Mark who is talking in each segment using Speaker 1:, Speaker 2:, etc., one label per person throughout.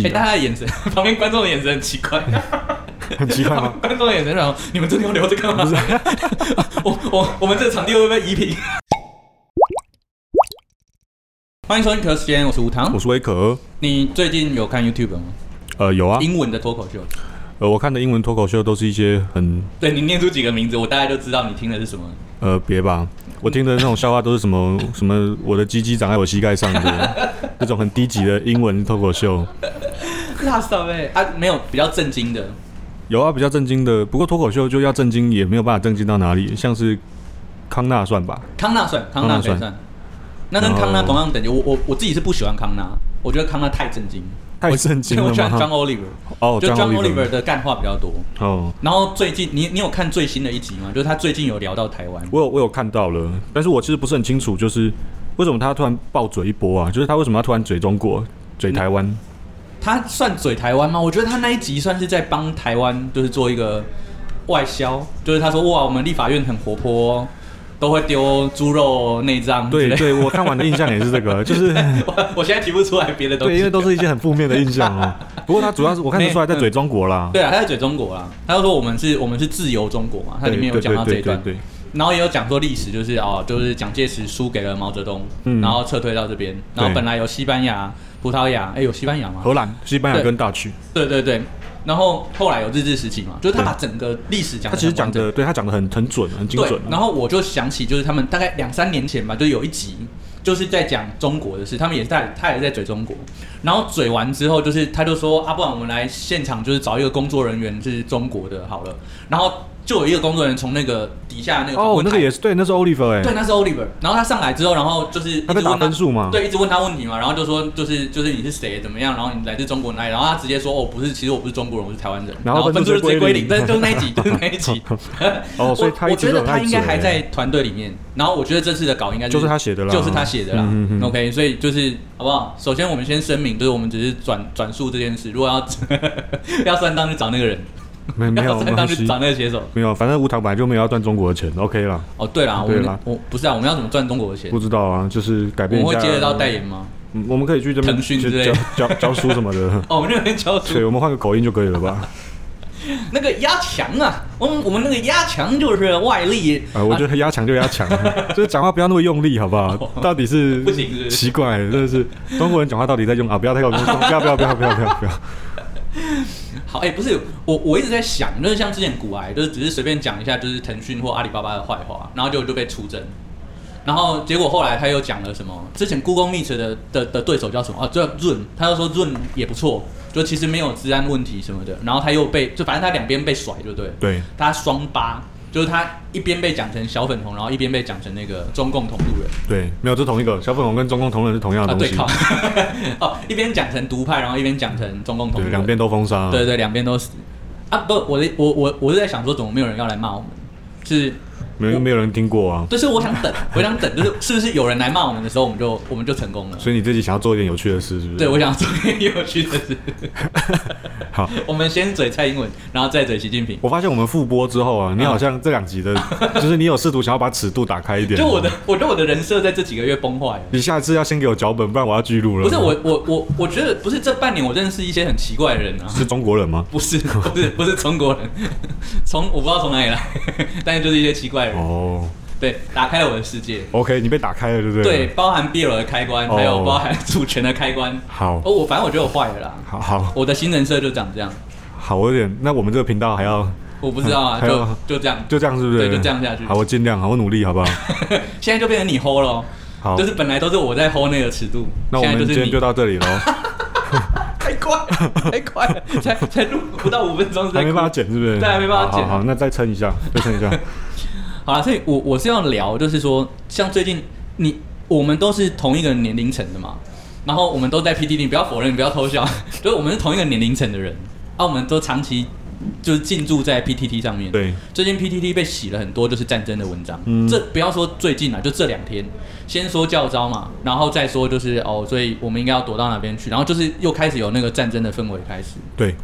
Speaker 1: 哎、
Speaker 2: 记
Speaker 1: 大
Speaker 2: 了，
Speaker 1: 家的眼神，旁边观众的眼神很奇怪，
Speaker 2: 很奇怪
Speaker 1: 旁
Speaker 2: 吗
Speaker 1: 边？观众的眼神让你们真的要留这个吗？ 我我我们这个场地会不会移平？欢迎收听《可时间》，我是吴
Speaker 2: 我
Speaker 1: 糖。
Speaker 2: 是威可，
Speaker 1: 你最近有看 YouTube 吗？
Speaker 2: 呃，有啊，
Speaker 1: 英文的脱口秀，
Speaker 2: 呃，我看的英文脱口秀都是一些很
Speaker 1: 对你念出几个名字，我大概就知道你听的是什么。
Speaker 2: 呃，别吧，我听的那种笑话都是什么什么，我的鸡鸡长在我膝盖上的 那种很低级的英文脱口秀。
Speaker 1: 辣骚哎啊，没有比较震惊的，
Speaker 2: 有啊，比较震惊的，不过脱口秀就要震惊，也没有办法震惊到哪里，像是康纳算吧，
Speaker 1: 康纳算，康纳可以
Speaker 2: 康纳
Speaker 1: 算。那跟康纳
Speaker 2: 然后
Speaker 1: 同样等级，我我我自己是不喜欢康纳，我觉得康纳太震惊，
Speaker 2: 太震惊
Speaker 1: 我
Speaker 2: 了
Speaker 1: 喜欢 John
Speaker 2: 吗？
Speaker 1: Oliver，
Speaker 2: 哦
Speaker 1: 就 John
Speaker 2: John
Speaker 1: Oliver
Speaker 2: Oliver
Speaker 1: 的干话比较多。
Speaker 2: 哦，
Speaker 1: 然后最近你你有看最新的一集吗？就是他最近有聊到台湾，
Speaker 2: 我有我有看到了，但是我其实不是很清楚，就是为什么他突然爆嘴一波啊？就是他为什么要突然嘴中国、嘴台湾？
Speaker 1: 他算嘴台湾吗？我觉得他那一集算是在帮台湾，就是做一个外销，就是他说哇，我们立法院很活泼哦、都会丢猪肉内脏之
Speaker 2: 对
Speaker 1: 类的。
Speaker 2: 对，我看完的印象也是 这个，就是。
Speaker 1: 我我现在提不出来别的东
Speaker 2: 对，因
Speaker 1: 西
Speaker 2: 为。都是一些很负面的印象哦。 不过他主要是我看得出来在嘴中国啦，
Speaker 1: 对啊，他在嘴中国啦，他就说我们是我们是自由中国嘛，他里面有讲到这一段，
Speaker 2: 对，对对对
Speaker 1: 然后也有讲说历史就是哦，就是蒋介石输给了毛泽东，
Speaker 2: 嗯
Speaker 1: 然后撤退到这边，然后
Speaker 2: 对
Speaker 1: 本来有西班牙、葡萄牙，哎，有西班牙吗？
Speaker 2: 荷兰、西班牙跟大区，
Speaker 1: 对对对，然后后来有日治时期嘛，就是他把整个历史讲
Speaker 2: 他
Speaker 1: 得
Speaker 2: 其实
Speaker 1: 很
Speaker 2: 讲
Speaker 1: 完整，
Speaker 2: 的，对他讲的很很准，很精准
Speaker 1: 对，
Speaker 2: 啊。
Speaker 1: 然后我就想起就是他们大概两三年前吧，就有一集就是在讲中国的事，他们也在他也在嘴中国，然后嘴完之后就是他就说啊，不然我们来现场就是找一个工作人员是中国的好了，然后就有一个工作人员从那个底下那个访
Speaker 2: 哦，
Speaker 1: 问
Speaker 2: 那
Speaker 1: 台
Speaker 2: 个也是对，那是 Oliver 哎、
Speaker 1: 对，那是 Oliver。然后他上来之后，然后就是一直
Speaker 2: 他在
Speaker 1: 问
Speaker 2: 打分数嘛
Speaker 1: 对，一直问他问题嘛，然后就说就是就是你是谁，怎么样，然后你来自中国哪里，然后他直接说哦不是，其实我不是中国人，我是台湾人，
Speaker 2: 然后
Speaker 1: 分
Speaker 2: 分
Speaker 1: 数
Speaker 2: 数
Speaker 1: 就直接
Speaker 2: 就
Speaker 1: 归
Speaker 2: 归
Speaker 1: 零，
Speaker 2: 零
Speaker 1: 但是就是那一 集，就是那一集。
Speaker 2: 哦，所以
Speaker 1: 我
Speaker 2: 他一
Speaker 1: 我
Speaker 2: 直
Speaker 1: 觉
Speaker 2: 都
Speaker 1: 得
Speaker 2: 很
Speaker 1: 他
Speaker 2: 爱
Speaker 1: 应该
Speaker 2: 嘴哎
Speaker 1: 还在团队里面，然后我觉得这次的稿应该
Speaker 2: 就是他写的啦
Speaker 1: 就是他写的啦。
Speaker 2: 嗯嗯嗯
Speaker 1: OK，所以就是好不好？首先我们先声明，就是我们只是转转述这件事，如果要 要算账就找那个人，
Speaker 2: 没没有
Speaker 1: 要算账
Speaker 2: 关
Speaker 1: 就
Speaker 2: 系，
Speaker 1: 找那个写手。
Speaker 2: 没有，反正无糖本来就没有要赚中国的钱，OK 啦，
Speaker 1: 哦，对啦，我
Speaker 2: 对
Speaker 1: 们
Speaker 2: 啦
Speaker 1: 我不是啊，我们要怎么赚中国的钱？
Speaker 2: 不知道啊，就是改
Speaker 1: 我
Speaker 2: 变
Speaker 1: 们
Speaker 2: 一
Speaker 1: 会
Speaker 2: 下，
Speaker 1: 接得到代言吗？
Speaker 2: 嗯，我们可以去这边
Speaker 1: 腾讯
Speaker 2: 就
Speaker 1: 之类的
Speaker 2: 教教教书什
Speaker 1: ，
Speaker 2: 么的
Speaker 1: 哦，我们那边教
Speaker 2: 对，
Speaker 1: 书，
Speaker 2: 我们换个口音就可以了吧？
Speaker 1: 那个压强啊，我们我们那个压强就是外力，
Speaker 2: 啊，我觉得压强就压强，啊 就是讲话不要那么用力，好不好？到底是
Speaker 1: 哦 不行是不是
Speaker 2: 奇怪，真 的是中国人讲话到底在用啊？不要太高中，不要不要不要不要不要不要，
Speaker 1: 好，哎、不是我，我一直在想，就是像之前古癌，就是只是随便讲一下，就是腾讯或阿里巴巴的坏话，然后就就被出征，然后结果后来他又讲了什么？之前 Google Meet 的的的对手叫什么？啊，叫 Run，他又说 Run 也不错，就其实没有治安问题什么的，然后他又被，就反正他两边被甩，就对了，
Speaker 2: 对
Speaker 1: 他双八，就是他一边被讲成小粉红，然后一边被讲成那个中共同路人。
Speaker 2: 对，没有，这同一个小粉红跟中共同人是同样
Speaker 1: 啊，
Speaker 2: 的东
Speaker 1: 对
Speaker 2: 西，
Speaker 1: 靠， 哦，一边讲成独派，然后一边讲成中共同路
Speaker 2: 对，
Speaker 1: 人
Speaker 2: 两边，啊都封杀，
Speaker 1: 对对，两边都死啊！不，我的我我我是在想说，怎么没有人要来骂我们？是，
Speaker 2: 没有没有人听过啊，
Speaker 1: 就是我想等，我想等，就是是不是有人来骂我们的时候，我们就我们就成功了？
Speaker 2: 所以你自己想要做一点有趣的事，是不是？
Speaker 1: 对，我想 做一件有趣的事。
Speaker 2: 好，
Speaker 1: 我们先嘴蔡英文，然后再嘴习近平。
Speaker 2: 我发现我们复播之后啊，你好像这两集的，就是你有试图想要把尺度打开一 点，
Speaker 1: 就我的，，我觉得我的人设在这几个月崩坏了。
Speaker 2: 你下次要先给我脚本，不然我要记录了。
Speaker 1: 不是我，我我我觉得不是这半年我认识一些很奇怪的人啊。
Speaker 2: 是中国人吗？
Speaker 1: 不是，不是，不是中国人， 从我不知道从哪里来，但是就是一些奇怪的人。
Speaker 2: 哦
Speaker 1: 对，打开了我的世界。
Speaker 2: ，OK，你被打开了，对不对？
Speaker 1: 对，，包含 BL 的开关，
Speaker 2: 哦
Speaker 1: 还有包含主权的开关。
Speaker 2: 好
Speaker 1: 哦，我反正我觉得我坏了啦，
Speaker 2: 好好
Speaker 1: 我的新人设就长这样，
Speaker 2: 好，我有点，那我们这个频道还要。
Speaker 1: 我不知道啊，
Speaker 2: 还有
Speaker 1: 就就这样，
Speaker 2: 就这样是不是？
Speaker 1: 对就这样下去
Speaker 2: 好，我尽量，好，我努力，好不好？
Speaker 1: 现在就变成你 hold 咯。
Speaker 2: 好
Speaker 1: 就是本来都是我在 hold 那个尺度，
Speaker 2: 那我
Speaker 1: 现在
Speaker 2: 们
Speaker 1: 就
Speaker 2: 今
Speaker 1: 是
Speaker 2: 天
Speaker 1: 你
Speaker 2: 就到这里 喽，
Speaker 1: 太快了，太快了，才才录不到五分钟，
Speaker 2: 还没办法
Speaker 1: 法。
Speaker 2: 剪是不是？
Speaker 1: 对还没办法剪啊
Speaker 2: 好好好，那再撑一下，再撑一 下。
Speaker 1: 好了，所以我我是要聊，就是说，像最近你我们都是同一个年龄层的嘛，然后我们都在 PDD，你不要否认，你不要偷笑， 就是我们是同一个年龄层的人，啊，我们都长期就是进驻在 PTT 上面。
Speaker 2: 对，
Speaker 1: 最近 PTT 被洗了很多就是战争的文章，
Speaker 2: 嗯
Speaker 1: 这不要说最近啊，就这两天，先说教招嘛，然后再说就是哦，所以我们应该要躲到哪边去，然后就是又开始有那个战争的氛围开始，
Speaker 2: 对，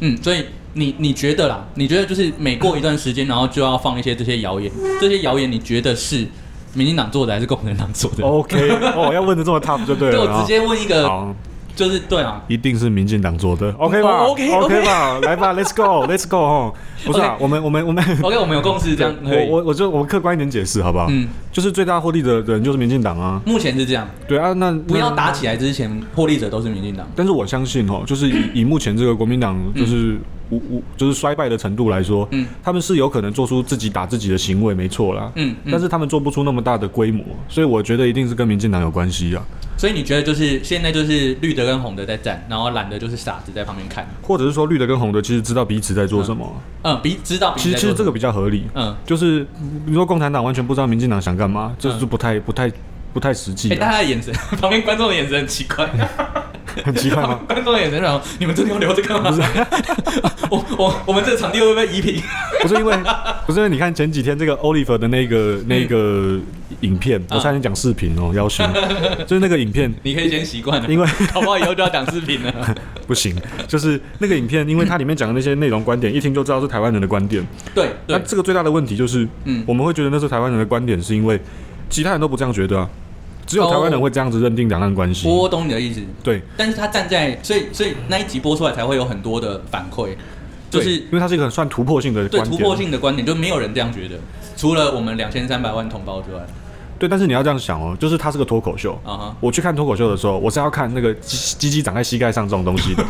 Speaker 1: 嗯，所以你你觉得啦，你觉得就是每过一段时间，然后就要放一些这些谣言，这些谣言你觉得是民进党做的还是共产党做的？
Speaker 2: OK，哦，要问的这么 tough 就对
Speaker 1: 对
Speaker 2: 了。
Speaker 1: 我直接问一个
Speaker 2: 哦好，
Speaker 1: 就是对啊，
Speaker 2: 一定是民进党做的，OK 吧、
Speaker 1: 哦，OK，OK
Speaker 2: OK 吧， 来吧，Let's go，Let's go 哦，不是啊
Speaker 1: OK
Speaker 2: 我们我们我们
Speaker 1: OK，我们有共 识，这样可以。
Speaker 2: 我我我就我客观一点解释好不好？
Speaker 1: 嗯，
Speaker 2: 就是最大获利的人就是民进党啊，
Speaker 1: 目前是这样，
Speaker 2: 对啊，那
Speaker 1: 不要
Speaker 2: 那
Speaker 1: 打起来之前，获利者都是民进党。
Speaker 2: 但是我相信哦，就 是以以目前这个国民党就是无无就是衰败的程度来说，
Speaker 1: 嗯
Speaker 2: 他们是有可能做出自己打自己的行为，没错啦，
Speaker 1: 嗯嗯
Speaker 2: 但是他们做不出那么大的规模，所以我觉得一定是跟民进党有关系啊，
Speaker 1: 所以你觉得就是现在就是绿的跟红的在战，然后蓝的就是傻子在旁边看。
Speaker 2: 或者是说绿的跟红的其实知道彼此在做什么，
Speaker 1: 嗯，比知道比
Speaker 2: 其实其实这个比较合理，
Speaker 1: 嗯，
Speaker 2: 就是你说共产党完全不知道民进党想干嘛，这是不太不太不太实际
Speaker 1: 哎、大
Speaker 2: 啊，
Speaker 1: 家的眼神， 旁边观众的眼神很奇怪，
Speaker 2: 很奇怪 吗？
Speaker 1: 观众的眼神然后你们真的要留这个吗？ 我我我们这个场地会不会移平？
Speaker 2: 不是因为，不是因为你看前几天这个 Oliver 的那个那
Speaker 1: 嗯
Speaker 2: 个影片，我差点讲视频哦， 要求就是那个影片
Speaker 1: 你可以先习惯 了，
Speaker 2: 因为
Speaker 1: 搞不好以后就要讲视频 了。
Speaker 2: 不行，就是那个影片，因为它里面讲的那些内容观点，一听就知道是台湾人的观点。
Speaker 1: 对
Speaker 2: 那
Speaker 1: 对，
Speaker 2: 这个最大的问题就是，
Speaker 1: 嗯
Speaker 2: 我们会觉得那是台湾人的观点，是因为其他人都不这样觉得啊，只有台湾人会这样子认定两岸关系。
Speaker 1: 哦我懂你的意思，
Speaker 2: 对，
Speaker 1: 但是他站在，所以所以那一集播出来才会有很多的反馈，就
Speaker 2: 对
Speaker 1: 是
Speaker 2: 因为它是一个很算突破性的
Speaker 1: 对
Speaker 2: 观点，啊
Speaker 1: 突破性的观点，就没有人这样觉得，除了我们两千三百万同胞之外，
Speaker 2: 对，但是你要这样想哦，就是它是个脱口秀。
Speaker 1: 啊哈，
Speaker 2: 我去看脱口秀的时候，我是要看那个鸡鸡鸡长在膝盖上这种东 西的，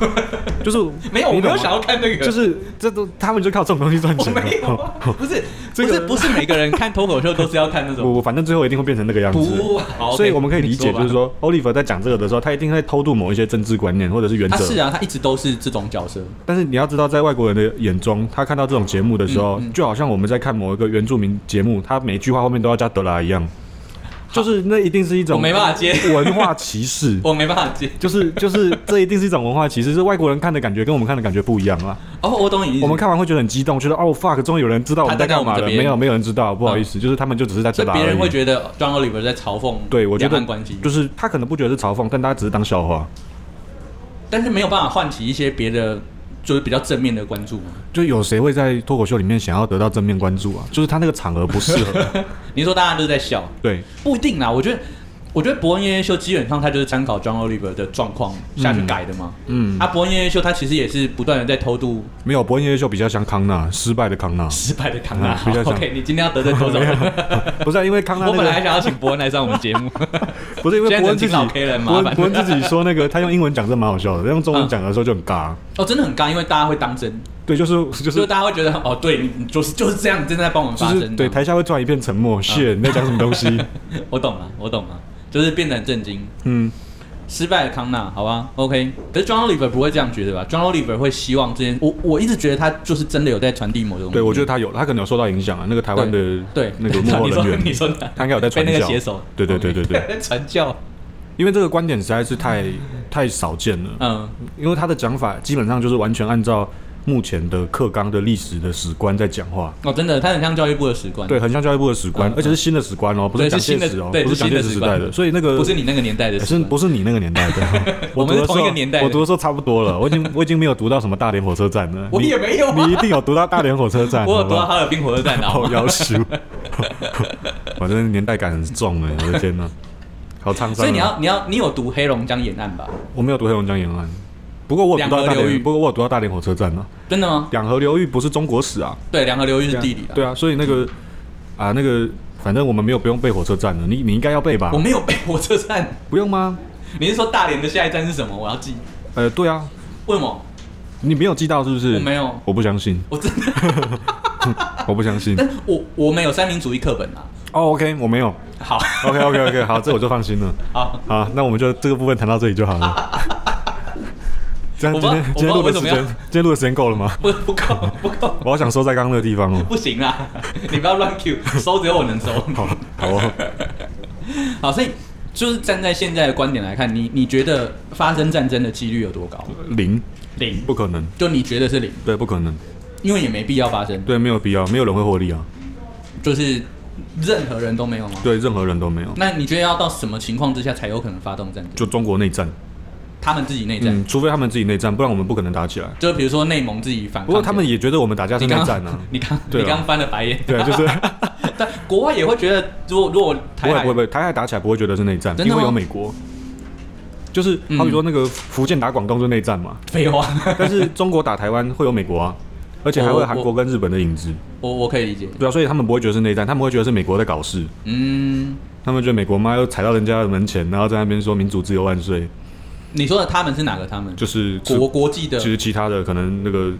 Speaker 2: 就是
Speaker 1: 没有，我
Speaker 2: 你
Speaker 1: 没
Speaker 2: 懂
Speaker 1: 有
Speaker 2: 吗
Speaker 1: 想要看那个，
Speaker 2: 就是这都他们就靠这种东西赚
Speaker 1: 我
Speaker 2: 钱哦的。
Speaker 1: 没有啊，不是，
Speaker 2: 这
Speaker 1: 不
Speaker 2: 个
Speaker 1: 是，不是每个人看脱口秀都是要看那
Speaker 2: 我
Speaker 1: 种，
Speaker 2: 我反正最后一定会变成那个样子。
Speaker 1: 不，好
Speaker 2: 所以
Speaker 1: OK，
Speaker 2: 我们可以理解，
Speaker 1: 你吧
Speaker 2: 就是说，Oliver 在讲这个的时候，他一定在偷渡某一些政治观念或者是原
Speaker 1: 他
Speaker 2: 则。
Speaker 1: 是啊，他一直都是这种角色，
Speaker 2: 但是你要知道，在外国人的眼中，他看到这种节目的
Speaker 1: 嗯
Speaker 2: 时候，就好像我们在看某一个原住民节目，他每句话后面都要加德拉一样，就是那一定是一种
Speaker 1: 我没办法接
Speaker 2: 文化 歧视。
Speaker 1: 我没办法接。
Speaker 2: 就是就是，这一定是一种文化歧视，是外国人看的感觉跟我们看的感觉不一样啊。
Speaker 1: 哦，我懂你意思。
Speaker 2: 我们看完会觉得很激动，觉得哦 fuck，终于有人知道我们在干
Speaker 1: 他
Speaker 2: 嘛
Speaker 1: 在看我们
Speaker 2: 了。
Speaker 1: 这边
Speaker 2: 没有，没有人知道，不好意思，就是他们就只是在
Speaker 1: 所
Speaker 2: 这
Speaker 1: 以
Speaker 2: 打
Speaker 1: 别
Speaker 2: 而
Speaker 1: 人会
Speaker 2: 已。
Speaker 1: 觉得 John Oliver 在嘲讽
Speaker 2: 对，我觉
Speaker 1: 两
Speaker 2: 得
Speaker 1: 岸关系，
Speaker 2: 就是他可能不觉得是嘲讽，但大家只是当笑话。
Speaker 1: 但是没有办法唤起一些别的，就是比较正面的关注。
Speaker 2: 就有谁会在脱口秀里面想要得到正面关注啊？ 就是他那个场合不适 合。
Speaker 1: 你说大家都在笑，
Speaker 2: 对，
Speaker 1: 不一定啦。我觉得，我觉得伯恩夜夜秀基本上他就是参考 John Oliver 的状况下去改的嘛。
Speaker 2: 嗯，
Speaker 1: 啊，伯恩夜夜秀他其实也是不断的在偷渡
Speaker 2: 没有，伯恩夜秀比较像康纳，失败 的康纳。
Speaker 1: 失败的康纳。
Speaker 2: 嗯比较 像
Speaker 1: OK，你今天要得罪多少
Speaker 2: 没有
Speaker 1: 人？
Speaker 2: 不是、啊、因为康纳、那
Speaker 1: 我
Speaker 2: 个
Speaker 1: 本来还想要请伯恩来上我们节 目，
Speaker 2: 不是因为
Speaker 1: 现在
Speaker 2: 伯恩自
Speaker 1: 只
Speaker 2: 己，
Speaker 1: 能请老 K 了麻
Speaker 2: 伯恩
Speaker 1: 烦
Speaker 2: 伯恩自己说那个他用英文讲真蛮好笑的，他用中文讲的时候就很尬。
Speaker 1: 哦，真的很尬，因为大家会当真，
Speaker 2: 对，就是就
Speaker 1: 所以
Speaker 2: 是
Speaker 1: 大家会觉得哦，对你你就是就是这样，你正在帮我们
Speaker 2: 就
Speaker 1: 发嗯
Speaker 2: 是
Speaker 1: 声。
Speaker 2: 对台下会突然一片沉默，谢、你在讲什么东 西？
Speaker 1: 我懂了，我懂了，就是变得很震惊。
Speaker 2: 嗯，
Speaker 1: 失败的康纳，好吧，OK。可是 John Oliver 不会这样觉得吧？John Oliver 会希望这件，我我一直觉得他就是真的有在传递某种。
Speaker 2: 对我觉得他有，他可能有受到影响啊。那个台湾的
Speaker 1: 对
Speaker 2: 那个幕后人 员，
Speaker 1: 你说你说
Speaker 2: 他应该有在
Speaker 1: 被
Speaker 2: 传教
Speaker 1: 那个写手，
Speaker 2: 对对对对对，
Speaker 1: 在 传教，
Speaker 2: 因为这个观点实在是太太少见了。
Speaker 1: 嗯
Speaker 2: 因为他的讲法基本上就是完全按照目前的课纲的历史的史观在讲话，
Speaker 1: 哦，真的，他很像教育部的史官，
Speaker 2: 对，，很像教育部的史观
Speaker 1: 嗯，
Speaker 2: 而且是新的史观哦，不
Speaker 1: 对是
Speaker 2: 是蒋介
Speaker 1: 新的
Speaker 2: 石哦，
Speaker 1: 对
Speaker 2: 不
Speaker 1: 是
Speaker 2: 是蒋
Speaker 1: 新的
Speaker 2: 介石
Speaker 1: 史
Speaker 2: 时
Speaker 1: 观
Speaker 2: 代的，所以那个哎
Speaker 1: 不是你那个年代的史
Speaker 2: 是
Speaker 1: 官，
Speaker 2: 不是你那个年代 的？
Speaker 1: 我们
Speaker 2: 读
Speaker 1: 是
Speaker 2: 的
Speaker 1: 同一个
Speaker 2: 时候
Speaker 1: 年代的
Speaker 2: 我读的时候差不多了，我已经我已经没有读到什么大连火车站了。
Speaker 1: 我
Speaker 2: 你
Speaker 1: 也没有啊
Speaker 2: 你一定有读到大连火车 站，
Speaker 1: 我有
Speaker 2: 好
Speaker 1: 读啊
Speaker 2: 不
Speaker 1: 到
Speaker 2: 好
Speaker 1: 哈尔滨火车站的，好
Speaker 2: 好
Speaker 1: 吗
Speaker 2: 要 求，反正年代感很重哎，我的天哪，好沧桑啊。
Speaker 1: 所以你要你要你有读黑龙江沿岸吧？
Speaker 2: 我没有读黑龙江沿岸，不过我有读到大
Speaker 1: 两河流域
Speaker 2: 连，不过我有读到大连火车站呢。
Speaker 1: 真的吗？
Speaker 2: 两河流域不是中国史啊，
Speaker 1: 对，两河流域是地理啊。
Speaker 2: 对啊，所以那个啊，那个反正我们没有不用背火车站的，你你应该要背吧
Speaker 1: 我？没有背火车站，
Speaker 2: 不用吗？
Speaker 1: 你是说大连的下一站是什么？我要记。
Speaker 2: 呃，对啊，
Speaker 1: 为什么？
Speaker 2: 你没有记到是不是？
Speaker 1: 我没有，
Speaker 2: 我不相信，
Speaker 1: 我真的，
Speaker 2: 我不相 信。
Speaker 1: 但我我们有三民主义课本啊。
Speaker 2: 哦，OK，我没有。
Speaker 1: 好
Speaker 2: OK OK OK，好，这我就放心了。
Speaker 1: 好，
Speaker 2: 好，那我们就这个部分谈到这里就好了。这样
Speaker 1: 我
Speaker 2: 今
Speaker 1: 不知道
Speaker 2: 天今天录的时
Speaker 1: 我不知道为什
Speaker 2: 间
Speaker 1: 么要，
Speaker 2: 今天录的时间够了吗？
Speaker 1: 不不够不够，
Speaker 2: 我好想收在刚刚那个地方哦。
Speaker 1: 不行啦！你不要乱 Q，收 只有我能收。
Speaker 2: 好，好哦。
Speaker 1: 好，所以就是站在现在的观点来看，你你觉得发生战争的几率有多高？
Speaker 2: 零，
Speaker 1: 零，
Speaker 2: 不可能，
Speaker 1: 就你觉得是零，
Speaker 2: 对，不可能，
Speaker 1: 因为也没必要发生，
Speaker 2: 对，没有必要，没有人会获利啊，
Speaker 1: 就是任何人都没有吗？
Speaker 2: 对，任何人都没有。
Speaker 1: 那你觉得要到什么情况之下才有可能发动战争？
Speaker 2: 就中国内战，
Speaker 1: 他们自己内战，
Speaker 2: 嗯，除非他们自己内战，不然我们不可能打起来。
Speaker 1: 就比如说内蒙自己反抗。
Speaker 2: 不过他们也觉得我们打架是
Speaker 1: 你
Speaker 2: 内
Speaker 1: 刚
Speaker 2: 战啊，
Speaker 1: 你刚
Speaker 2: 对
Speaker 1: 你
Speaker 2: 啊
Speaker 1: 刚翻了白眼，
Speaker 2: 对，就是
Speaker 1: 但国外也会觉得，如果如果
Speaker 2: 不
Speaker 1: 台
Speaker 2: 会
Speaker 1: 海
Speaker 2: 不会不会，台海打起来不会觉得是内战，
Speaker 1: 真的
Speaker 2: 因为
Speaker 1: 吗
Speaker 2: 有美国。就是
Speaker 1: 嗯
Speaker 2: 好比说那个福建打广东就内战 嘛，
Speaker 1: 废话，
Speaker 2: 但是中国打台湾会有美国啊，而且还会有
Speaker 1: 我
Speaker 2: 韩国跟日本的影子，
Speaker 1: 我我可以理解。
Speaker 2: 对啊，所以他们不会觉得是内战，他们会觉得是美国在搞事，
Speaker 1: 嗯，
Speaker 2: 他们觉得美国妈又踩到人家的门前，然后在那边说民主自由万岁，
Speaker 1: 你说的他们是哪个？他们
Speaker 2: 就是其
Speaker 1: 国国际的
Speaker 2: 其实其他的可能那个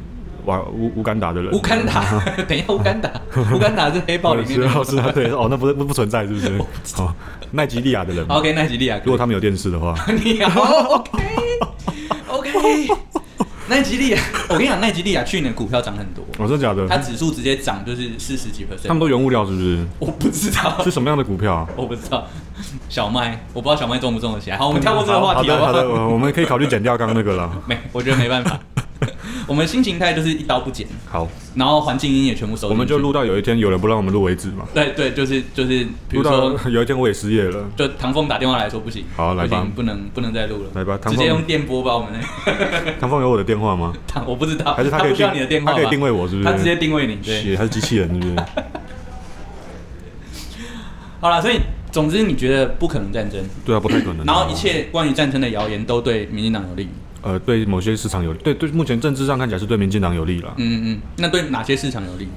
Speaker 2: 瓦乌乌干达的人，
Speaker 1: 乌干达。
Speaker 2: 啊
Speaker 1: 等一下，乌干 达，乌干达是黑豹里面
Speaker 2: 是
Speaker 1: 的。
Speaker 2: 啊是啊，对哦，那不是不不存在是 不是？哦，奈及利亚的人，
Speaker 1: OK，奈及利亚，
Speaker 2: 如果他们有电视的话，
Speaker 1: 你好 OK，OK，奈及利亚，我跟你讲，奈及利亚去年股票涨很多，
Speaker 2: 我、哦、真的假的？
Speaker 1: 它指数直接涨就是四十几
Speaker 2: 他
Speaker 1: percent，
Speaker 2: 们都原物料是 不是？
Speaker 1: 我不知道
Speaker 2: 是，什么样的股票、啊？
Speaker 1: 我不知道，小麦，我不知道小麦中不中得起来。好，我们跳过这个话题哦
Speaker 2: 好的好
Speaker 1: 好不
Speaker 2: 的，
Speaker 1: 好？
Speaker 2: 我我们可以考虑剪掉刚刚那个 了。
Speaker 1: 没，我觉得没办 法，我们新形态就是一刀不剪，
Speaker 2: 好，
Speaker 1: 然后环境音也全部收进去，
Speaker 2: 我们就录到有一天有人不让我们录为止嘛。
Speaker 1: 对对，就是就是， 比如
Speaker 2: 录
Speaker 1: 说，
Speaker 2: 到有一天我也失业 了，
Speaker 1: 就唐凤打电话来说不行，
Speaker 2: 好来
Speaker 1: 不
Speaker 2: 吧
Speaker 1: 行，不能不能再录了，
Speaker 2: 来吧唐
Speaker 1: 直
Speaker 2: 凤
Speaker 1: 接用电波把我们那个
Speaker 2: 唐凤有我的电话吗？
Speaker 1: 唐，我不知道，
Speaker 2: 还是他可以
Speaker 1: 不需要
Speaker 2: 定
Speaker 1: 你的电话吧，
Speaker 2: 他可以定位我是不是
Speaker 1: 他直接定位你，对，
Speaker 2: 是，他是机器人是不是？
Speaker 1: 好了，所以总之你觉得不可能战争，
Speaker 2: 对啊，不太可能。
Speaker 1: 然后一切关于战争的谣言都对民进党有利，
Speaker 2: 呃，对某些市场有利，对对，目前政治上看起来是对民进党有利了。
Speaker 1: 嗯嗯，那对哪些市场有利？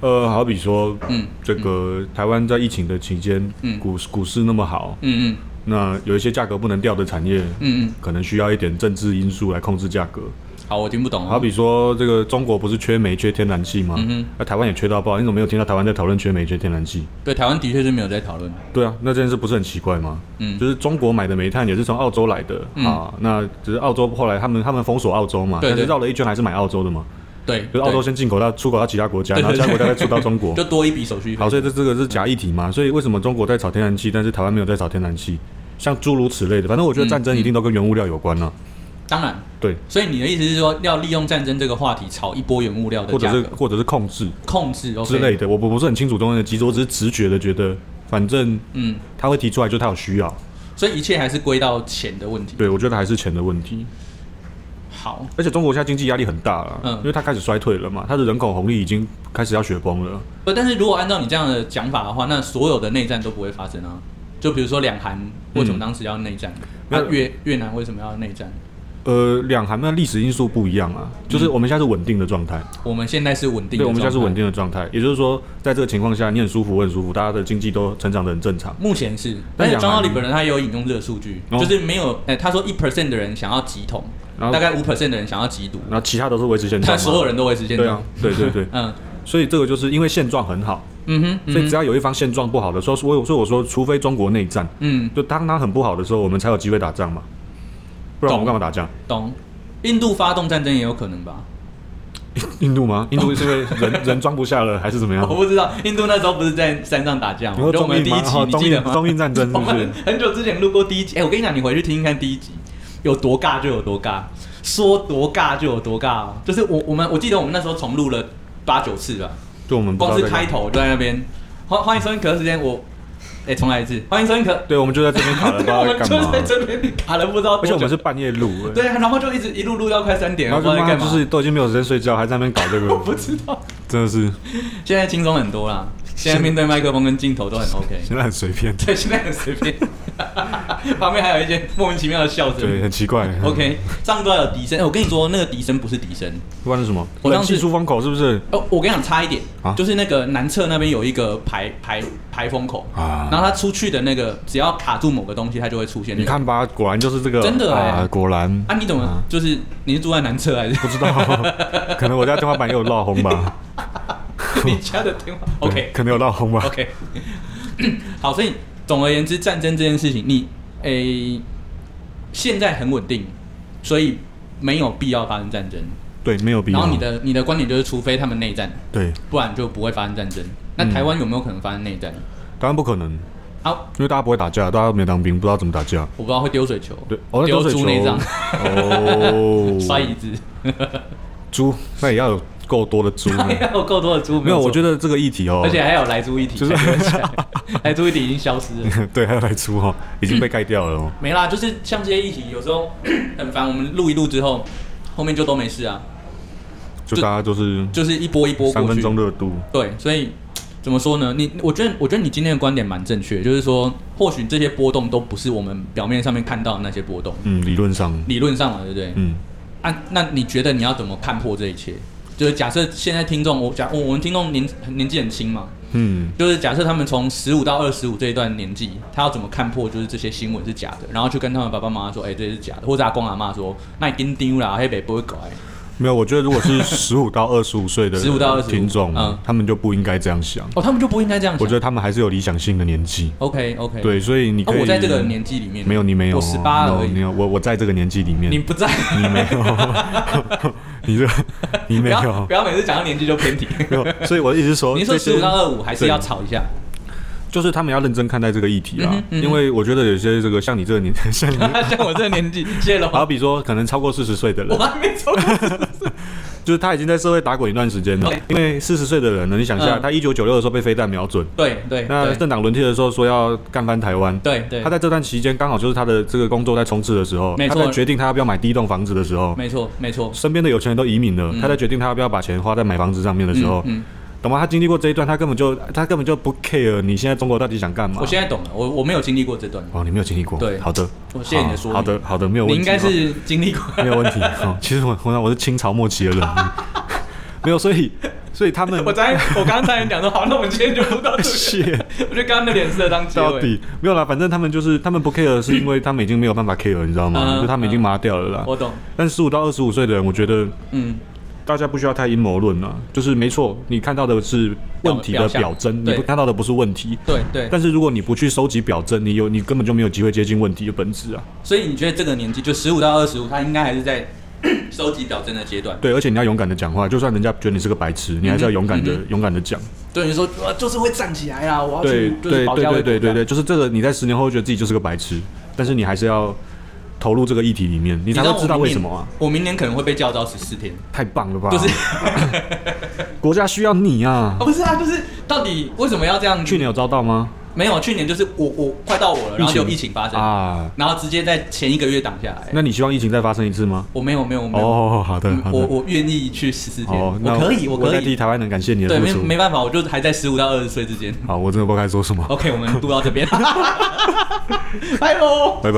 Speaker 2: 呃，好比说，
Speaker 1: 嗯
Speaker 2: 这个台湾在疫情的期间，
Speaker 1: 嗯
Speaker 2: 股股市那么好，
Speaker 1: 嗯嗯
Speaker 2: 那有一些价格不能掉的产业，
Speaker 1: 嗯嗯，
Speaker 2: 可能需要一点政治因素来控制价格。
Speaker 1: 好，我听不懂哦，
Speaker 2: 好比说，这个中国不是缺煤、缺天然气吗？那、
Speaker 1: 嗯
Speaker 2: 台湾也缺到爆，你怎么没有听到台湾在讨论缺煤、缺天然气？
Speaker 1: 对台湾的确是没有在讨论，
Speaker 2: 对啊，那这件事不是很奇怪吗？
Speaker 1: 嗯
Speaker 2: 就是中国买的煤炭也是从澳洲来的、
Speaker 1: 嗯
Speaker 2: 啊，那只是澳洲后来他们他们封锁澳洲嘛，
Speaker 1: 对对
Speaker 2: 但是绕了一圈还是买澳洲的嘛，
Speaker 1: 对，
Speaker 2: 就是澳洲
Speaker 1: 对
Speaker 2: 先进口到出口到其他国家，
Speaker 1: 对
Speaker 2: 然后其他国家再出到 中国。
Speaker 1: 就多一笔手续费
Speaker 2: 好，，所以这这个是假议题嘛？所以为什么中国在炒天然气，但是台湾没有在炒天然气？像诸如此类的，反正我觉得
Speaker 1: 嗯
Speaker 2: 战争一定都跟原物料有关啊了、
Speaker 1: 当然。
Speaker 2: 对，
Speaker 1: 所以你的意思是说，要利用战争这个话题炒一波原物料的
Speaker 2: 或者
Speaker 1: 价
Speaker 2: 是
Speaker 1: 格
Speaker 2: 或者是控制
Speaker 1: 控制，OK,
Speaker 2: 之类的，我不不是很清楚中间的机制，我只是直觉的觉得，反正
Speaker 1: 嗯，
Speaker 2: 他会提出来，就他有需要。
Speaker 1: 所以一切还是归到钱的问题。
Speaker 2: 对，我觉得还是钱的问题，
Speaker 1: 好，
Speaker 2: 而且中国现在经济压力很大了，
Speaker 1: 嗯
Speaker 2: 因为它开始衰退了嘛，它的人口红利已经开始要雪崩了。
Speaker 1: 不，呃但是如果按照你这样的讲法的话，那所有的内战都不会发生啊。就比如说两韩为什么当时要内战？那、
Speaker 2: 那
Speaker 1: 越越南为什么要内战？
Speaker 2: 呃，两韩的历史因素不一样啊，就是我们现在是稳定的状态，
Speaker 1: 我们现在是嗯稳定的，
Speaker 2: 对，我们现在是稳。定的状态，也就是说，在这个情况下，你很舒服，我很舒服，大家的经济都成长的很正常。
Speaker 1: 目前是，
Speaker 2: 那
Speaker 1: 但是
Speaker 2: 两韩
Speaker 1: 张浩里本人他也有引用这个数据，
Speaker 2: 哦
Speaker 1: 就是没有，哎、他说一 percent 的人想要集统，
Speaker 2: 然后
Speaker 1: 大概五 percent 的人想要集毒，
Speaker 2: 然后其他都是维持现状
Speaker 1: 但
Speaker 2: 嘛。
Speaker 1: 所有人都会实现
Speaker 2: 对啊，对对对，
Speaker 1: 嗯
Speaker 2: 所以这个就是因为现状很好，
Speaker 1: 嗯哼，嗯
Speaker 2: 所以
Speaker 1: 哼
Speaker 2: 只要有一方现状不好的时候，所以我所以我说，除非中国内战，
Speaker 1: 嗯，
Speaker 2: 就当它很不好的时候，我们才有机会打仗嘛，不然我们干嘛打仗？
Speaker 1: 懂。印度发动战争也有可能吧？
Speaker 2: 印度吗？印度是因为人人装不下了，还是怎么样
Speaker 1: 我？不知道，印度那时候不是在山上打架
Speaker 2: 你
Speaker 1: 吗？
Speaker 2: 说
Speaker 1: 就我
Speaker 2: 中
Speaker 1: 们
Speaker 2: 印
Speaker 1: 第一
Speaker 2: 吗？
Speaker 1: 集
Speaker 2: 哦
Speaker 1: 你
Speaker 2: 中
Speaker 1: 记得
Speaker 2: 印
Speaker 1: 吗？
Speaker 2: 中印战争是
Speaker 1: 我
Speaker 2: 不是
Speaker 1: 们？很久之前录过第一集，哎、我跟你讲，你回去听听看第一集有多尬就有多尬，说多尬就有多尬、哦。就是我我们我记得我们那时候重录了八九次吧，
Speaker 2: 就我们不 知
Speaker 1: 光
Speaker 2: 道
Speaker 1: 是
Speaker 2: 在干
Speaker 1: 开
Speaker 2: 嘛。
Speaker 1: 头就在那边。欢欢迎收听可乐时间，我哎、重来一次，欢迎收听可，
Speaker 2: 对，我们就在这 边卡了，不知
Speaker 1: 我
Speaker 2: 道在
Speaker 1: 们
Speaker 2: 干
Speaker 1: 就
Speaker 2: 嘛
Speaker 1: 在。这边卡了不知道
Speaker 2: 而
Speaker 1: 多
Speaker 2: 且
Speaker 1: 久，
Speaker 2: 我们是半夜录，哎
Speaker 1: 对啊，然后就一直一路录到快三点，
Speaker 2: 然
Speaker 1: 我
Speaker 2: 后
Speaker 1: 不知
Speaker 2: 就
Speaker 1: 道在
Speaker 2: 妈
Speaker 1: 干嘛，
Speaker 2: 就是都已经没有时间睡觉，还在那边搞这
Speaker 1: 不
Speaker 2: 个，
Speaker 1: 知道。
Speaker 2: 真的是
Speaker 1: 现在轻松很多啦，现在面对麦克风跟镜头都很 OK。
Speaker 2: 现在很随便，
Speaker 1: 对，现在很随便，旁边还有一些莫名其妙的笑
Speaker 2: 对，
Speaker 1: 声。
Speaker 2: 很奇怪。
Speaker 1: OK，上周还有笛声，哎我跟你说，那个笛声不是笛声，
Speaker 2: 不然是什么？
Speaker 1: 我
Speaker 2: 冷
Speaker 1: 上次
Speaker 2: 气出风口是不是？
Speaker 1: 哦，我跟你讲差一点
Speaker 2: 啊，
Speaker 1: 就是那个南侧那边有一个排排排风口，
Speaker 2: 啊
Speaker 1: 然后它出去的那个只要卡住某个东西，它就会出现那
Speaker 2: 你
Speaker 1: 个。
Speaker 2: 看吧，果然就是这个，
Speaker 1: 真的哎
Speaker 2: 啊，果然
Speaker 1: 啊，你怎么就是你是住在南侧还是
Speaker 2: 不知道， 可能我家天花板也有闹红吧
Speaker 1: 你家的电话
Speaker 2: 对
Speaker 1: ？OK
Speaker 2: 可能有闹红吧。
Speaker 1: OK，好，所以总而言之，战争这件事情，你诶、现在很稳定，所以没有必要发生战争。
Speaker 2: 对，没有必要。
Speaker 1: 然后你的你的观点就是，除非他们内战，
Speaker 2: 对，
Speaker 1: 不然就不会发生战争。那台
Speaker 2: 嗯
Speaker 1: 湾有没有可能发生内战？
Speaker 2: 当然不可能，因
Speaker 1: 啊，
Speaker 2: 为大家不会打架，大家没有当兵，不知道怎么打架。
Speaker 1: 我不知道会丢水球，
Speaker 2: 对，哦，那
Speaker 1: 丢
Speaker 2: 丢水
Speaker 1: 猪
Speaker 2: 球
Speaker 1: 内脏，，
Speaker 2: 哦
Speaker 1: 摔椅子，
Speaker 2: 猪，那也要有够多的 猪呢。
Speaker 1: 要有够多的猪。
Speaker 2: 嗯没有，我觉
Speaker 1: 得，
Speaker 2: 得这个议题哦，
Speaker 1: 而且还有来猪一体，
Speaker 2: 就是
Speaker 1: 才留下来 来猪一体已经消失了。
Speaker 2: 对，还有来猪哦，已经被盖掉了哦。
Speaker 1: 没啦，就是像这些议题，有时候 很烦，我们录一录之后，后面就都没事啊，
Speaker 2: 就
Speaker 1: 就
Speaker 2: 大家都是
Speaker 1: 就是一波一波
Speaker 2: 三
Speaker 1: 过
Speaker 2: 分
Speaker 1: 去。
Speaker 2: 钟热度，
Speaker 1: 对，所以怎么说呢？你我觉得，我觉得你今天的观点蛮正确，就是说，或许这些波动都不是我们表面上面看到的那些波动，
Speaker 2: 嗯，理论上，
Speaker 1: 理论上嘛，对不对？
Speaker 2: 嗯，
Speaker 1: 啊，那你觉得你要怎么看破这一切？就是假设现在听众，我假我我们听众年年纪很轻嘛，
Speaker 2: 嗯，
Speaker 1: 就是假设他们从十五到二十五这一段年纪，他要怎么看破就是这些新闻是假的，然后就跟他们爸爸妈妈说，哎、这是假的，或者阿公阿妈说，那你跟丢啦，黑北不会改。
Speaker 2: 没有，我觉得如果 是十五到二十五岁的
Speaker 1: 15到25
Speaker 2: 听众啊
Speaker 1: 嗯，
Speaker 2: 他们就不应该这样想。
Speaker 1: 哦，他们就不应该这样想。
Speaker 2: 我觉得他们还是有理想性的年纪，
Speaker 1: OK OK，，
Speaker 2: 对，所以你
Speaker 1: 啊
Speaker 2: 可以，
Speaker 1: 我在这个年纪里面
Speaker 2: 没有你没有，
Speaker 1: 我18而
Speaker 2: no，
Speaker 1: 已
Speaker 2: 你有我我在这个年纪里面，
Speaker 1: 你
Speaker 2: 你
Speaker 1: 不在，
Speaker 2: 没 有，你这个你
Speaker 1: 不
Speaker 2: 没
Speaker 1: 要
Speaker 2: 有
Speaker 1: 不，要每次讲到年纪就偏题。
Speaker 2: 没有，所以我一直说，
Speaker 1: 你说
Speaker 2: 这些
Speaker 1: 十五到二五还是
Speaker 2: 对
Speaker 1: 要吵一下？
Speaker 2: 就是他们要认真看待这个议题
Speaker 1: 嗯
Speaker 2: 啦
Speaker 1: 哼，嗯哼
Speaker 2: 因为我觉得有些这个像你这个年， 像你，
Speaker 1: 像我这个年纪，谢龙，
Speaker 2: 好比说可能超过四十岁的
Speaker 1: 我
Speaker 2: 人，
Speaker 1: 还没 抽过。
Speaker 2: 就是他已经在社会打滚一段时间了
Speaker 1: 对。
Speaker 2: 因为四十岁的人呢，你想一下，
Speaker 1: 嗯
Speaker 2: 他一九九六的时候被飞弹瞄准，
Speaker 1: 对对
Speaker 2: 那
Speaker 1: 对
Speaker 2: 政党轮替的时候说要干翻台湾。
Speaker 1: 对对，
Speaker 2: 他在这段期间刚好就是他的这个工作在冲刺的时候，
Speaker 1: 没
Speaker 2: 他
Speaker 1: 错
Speaker 2: 在决定他要不要买第一栋房子的时候，
Speaker 1: 没错没错。
Speaker 2: 身边的有钱人都移民了，
Speaker 1: 嗯
Speaker 2: 他在决定他要不要把钱花在买房子上面的时候，
Speaker 1: 嗯，
Speaker 2: 懂吗？他经历过这一段，他根本就他根本就不 care 你现在中国到底想干嘛
Speaker 1: 我。现在懂了，我我没有经历过这段，
Speaker 2: 哦，你没有经历过，
Speaker 1: 对
Speaker 2: 好的，
Speaker 1: 我谢谢你的说明
Speaker 2: 好好的，好的，没有
Speaker 1: 你
Speaker 2: 问题，哦
Speaker 1: 应该是经 历过。
Speaker 2: 没有问题。好，其实我我我是清朝末期的人， 没有，所以所以他们
Speaker 1: 我才我刚才讲说，好，那我们今天就录 到这里。
Speaker 2: 谢
Speaker 1: 我觉得刚刚那脸适合当结
Speaker 2: 到
Speaker 1: 尾。
Speaker 2: 底没有啦，反正他们就是他们不 care，是因为他们已经没有办法 care，你知道吗？
Speaker 1: 嗯
Speaker 2: 就他们已经麻掉了啦。
Speaker 1: 我懂，
Speaker 2: 但十五到二十五岁的人，我觉得
Speaker 1: 嗯，
Speaker 2: 大家不需要太阴谋论了，就是没错，你看到的是问题的
Speaker 1: 表象
Speaker 2: 表征，你
Speaker 1: 对
Speaker 2: 不看到的不是问题。
Speaker 1: 对对。
Speaker 2: 但是如果你不去收集表征，你有你根本就没有机会接近问题的本质啊。
Speaker 1: 所以你觉得这个年纪，就十五到二十五，他应该还是在 收集表征的阶段。
Speaker 2: 对，而且你要勇敢的讲话，就算人家觉得你是个白痴，你还是要勇
Speaker 1: 嗯
Speaker 2: 敢的、勇敢的讲。
Speaker 1: 对，你说我就是会站起来啊啦，我要
Speaker 2: 对
Speaker 1: 去就是
Speaker 2: 对
Speaker 1: 保
Speaker 2: 对
Speaker 1: 家卫
Speaker 2: 对
Speaker 1: 国
Speaker 2: 对对
Speaker 1: 这样。
Speaker 2: 对，就是这个，你在十年后觉得自己就是个白痴，但是你还是要投入这个议题里面，
Speaker 1: 你
Speaker 2: 你才会知道
Speaker 1: 我明
Speaker 2: 为
Speaker 1: 年
Speaker 2: 什么啊！
Speaker 1: 我明年可能会被叫招十四天，
Speaker 2: 太棒了吧！
Speaker 1: 就是
Speaker 2: 国家需要你啊
Speaker 1: 哦，！不是啊，就是到底为什么要这样子？
Speaker 2: 去年有招到吗？
Speaker 1: 没有，去年就是我我快到我了，然后就有疫情发生，
Speaker 2: 啊！
Speaker 1: 然后直接在前一个月挡下来。
Speaker 2: 那你希望疫情再发生一次吗？
Speaker 1: 我没有没有没有，
Speaker 2: 哦，好的，好
Speaker 1: 我
Speaker 2: 的。
Speaker 1: 我愿意去十四天，
Speaker 2: 哦，那
Speaker 1: 我可以我可
Speaker 2: 在替
Speaker 1: 以，
Speaker 2: 台湾人感谢你的
Speaker 1: 对，
Speaker 2: 付
Speaker 1: 没
Speaker 2: 出。
Speaker 1: 没办法，我就还在十五到二十岁之间。
Speaker 2: 好，我真的不知道该说什么。
Speaker 1: OK，我们录到这边，拜喽。
Speaker 2: 拜拜。